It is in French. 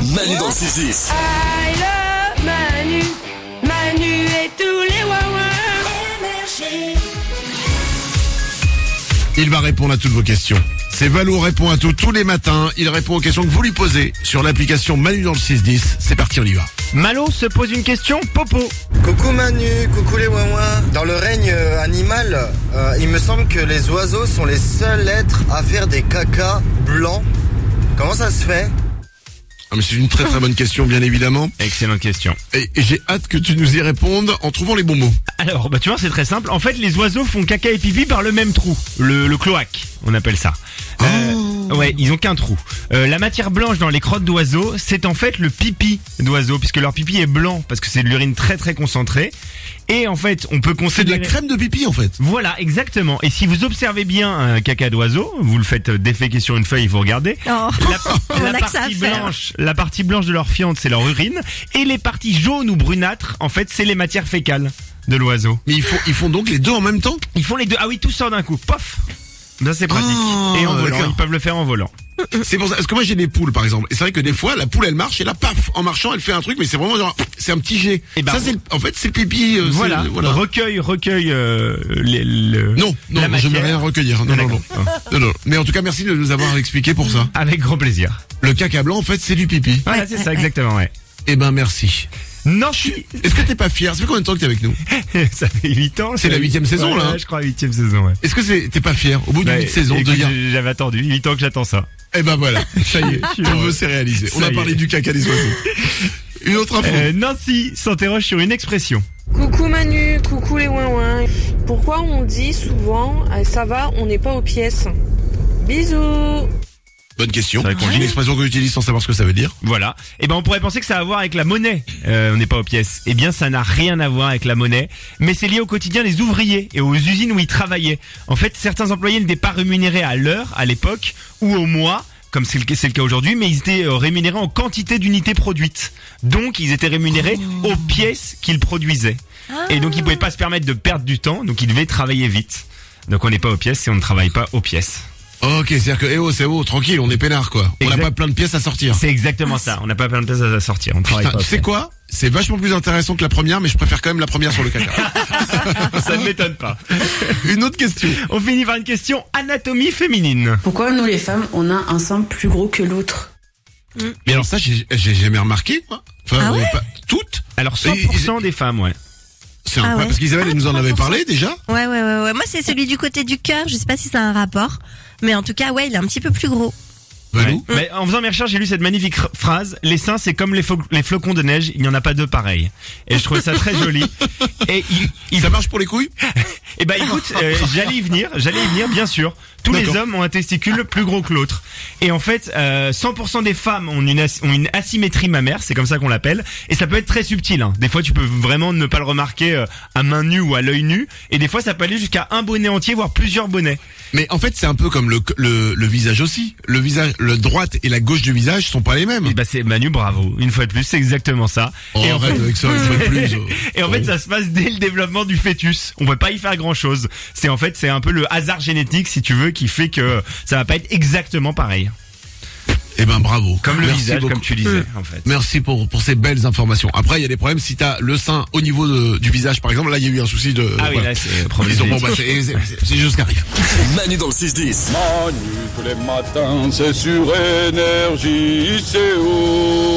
Manu dans le 6-10. I love Manu, Manu et tous les wawa. Il va répondre à toutes vos questions. C'est Valou répond à tout tous les matins. Il répond aux questions que vous lui posez sur l'application Manu dans le 610. C'est parti, on y va. Malo se pose une question, Popo. Coucou Manu, coucou les ouin-ouin. Dans le règne euh, animal, euh, il me semble que les oiseaux sont les seuls êtres à faire des cacas blancs. Comment ça se fait Ah, mais c'est une très très bonne question, bien évidemment. Excellente question. Et, et j'ai hâte que tu nous y répondes en trouvant les bons mots. Alors, bah tu vois, c'est très simple. En fait, les oiseaux font caca et pipi par le même trou, le, le cloaque, on appelle ça. Euh, Oh. ouais, ils ont qu'un trou. Euh, la matière blanche dans les crottes d'oiseaux, c'est en fait le pipi d'oiseaux, puisque leur pipi est blanc, parce que c'est de l'urine très très concentrée. Et en fait, on peut C'est de la considérer... crème de pipi en fait. Voilà, exactement. Et si vous observez bien un caca d'oiseau, vous le faites déféquer sur une feuille, vous regardez. Oh. La, On la a que ça à partie faire. blanche, la partie blanche de leur fiente, c'est leur urine. Et les parties jaunes ou brunâtres, en fait, c'est les matières fécales de l'oiseau. Mais ils font, ils font donc les deux en même temps Ils font les deux. Ah oui, tout sort d'un coup. Pof. Ça c'est pratique. Ah, et en volant, d'accord. ils peuvent le faire en volant. C'est pour ça. Parce que moi j'ai des poules par exemple. Et c'est vrai que des fois la poule elle marche et là paf, en marchant elle fait un truc mais c'est vraiment genre, c'est un petit jet. Eh ben, ça c'est le- en fait c'est le pipi. euh, c'est- Voilà. Recueille, recueille euh, les- le- Non, non, la je ne vais matière. rien recueillir. Non, non, non. Non, non. Mais en tout cas, merci de nous avoir expliqué pour ça. Avec grand plaisir. Le caca blanc, en fait, c'est du pipi. Voilà, c'est ça, exactement, ouais. Eh ben, merci. Non, je suis... Est-ce que t'es pas fier Ça fait combien de temps que t'es avec nous ça fait 8 ans. euh, C'est la huitième saison, Ouais, là, hein. ouais, Je crois huitième saison, ouais. Est-ce que c'est- t'es pas fier Au bout d'une Bah, huit saison, de écoute, dire, J'avais attendu, 8 ans que j'attends ça. eh ben voilà, ça y est, Je suis ton heureux. vœu s'est réalisé. On Ça a y est. parlé du caca des oiseaux. Une autre info. Euh, Nancy s'interroge sur une expression. Coucou Manu, coucou les ouin Pourquoi on dit souvent euh, ça va, on n'est pas aux pièces Bisous Bonne question. c'est vrai qu'on C'est dit. une expression qu'on utilise sans savoir ce que ça veut dire. Voilà. Et ben on pourrait penser que ça a à voir avec la monnaie. Euh, on n'est pas aux pièces. Eh bien ça n'a rien à voir avec la monnaie, mais c'est lié au quotidien des ouvriers et aux usines où ils travaillaient. En fait, certains employés n'étaient pas rémunérés à l'heure à l'époque ou au mois. Comme c'est le, cas- c'est le cas aujourd'hui, mais ils étaient euh, rémunérés en quantité d'unités produites. Donc, ils étaient rémunérés aux pièces qu'ils produisaient. Et donc, ils pouvaient pas se permettre de perdre du temps, donc ils devaient travailler vite. Donc, on n'est pas aux pièces et on ne travaille pas aux pièces. Ok, c'est-à-dire que, eh oh, c'est oh, tranquille, on est peinard, quoi. On n'a Exact. pas plein de pièces à sortir. C'est exactement ça. On n'a pas plein de pièces à sortir. On travaille Putain, pas. tu sais quoi C'est vachement plus intéressant que la première, mais je préfère quand même la première sur le caca. Ça ne m'étonne pas. Une autre question. On finit par une question anatomie féminine. Pourquoi nous les femmes, on a un sein plus gros que l'autre Mais alors ça, j'ai j'ai jamais remarqué, moi. Enfin, Ah on est pas- toutes. Alors 100% des femmes, ouais. C'est incroyable, Ah ouais. parce qu'Isabelle, elle nous en avait parlé déjà. Ouais, ouais, ouais, ouais. Moi, c'est celui du côté du cœur. Je sais pas si ça a un rapport. Mais en tout cas, ouais, il est un petit peu plus gros. Valou. Ouais. Mais en faisant mes recherches, j'ai lu cette magnifique r- phrase les seins, c'est comme les, fo- les flocons de neige, il n'y en a pas deux pareils. Et je trouvais ça très joli. Et il, il- Ça marche pour les couilles eh ben écoute, euh, j'allais y venir, j'allais y venir, bien sûr. Tous les D'accord. hommes ont un testicule plus gros que l'autre. Et en fait, euh, 100% des femmes ont une, as- ont une asymétrie mammaire, c'est comme ça qu'on l'appelle. Et ça peut être très subtil. hein. Des fois, tu peux vraiment ne pas le remarquer euh, à main nue ou à l'œil nu. Et des fois, ça peut aller jusqu'à un bonnet entier, voire plusieurs bonnets. Mais en fait, c'est un peu comme le, le, le visage aussi. Le visage, le droite et la gauche du visage sont pas les mêmes. Et bah c'est Manu, bravo. Une fois de plus, c'est exactement ça. Oh, et, en arrête fait, avec ça, une fois de plus. oh. et en fait, ça se passe dès le développement du fœtus. On peut pas y faire grand chose. C'est en fait, c'est un peu le hasard génétique, si tu veux, qui fait que ça va pas être exactement pareil. Eh ben, bravo. Comme le Merci visage, beaucoup. Mm. comme tu disais, en fait. Merci pour, pour ces belles informations. Après, il y a des problèmes. Si t'as le sein au niveau de- du visage, par exemple, là, il y a eu un souci de... Ah oui, voilà. là, c'est problème. Ils ont bon, bah, c'est c'est- c'est juste ce qui arrive. Manu dans le 6-10. Manu tous les matins, c'est sur énergie, c'est haut.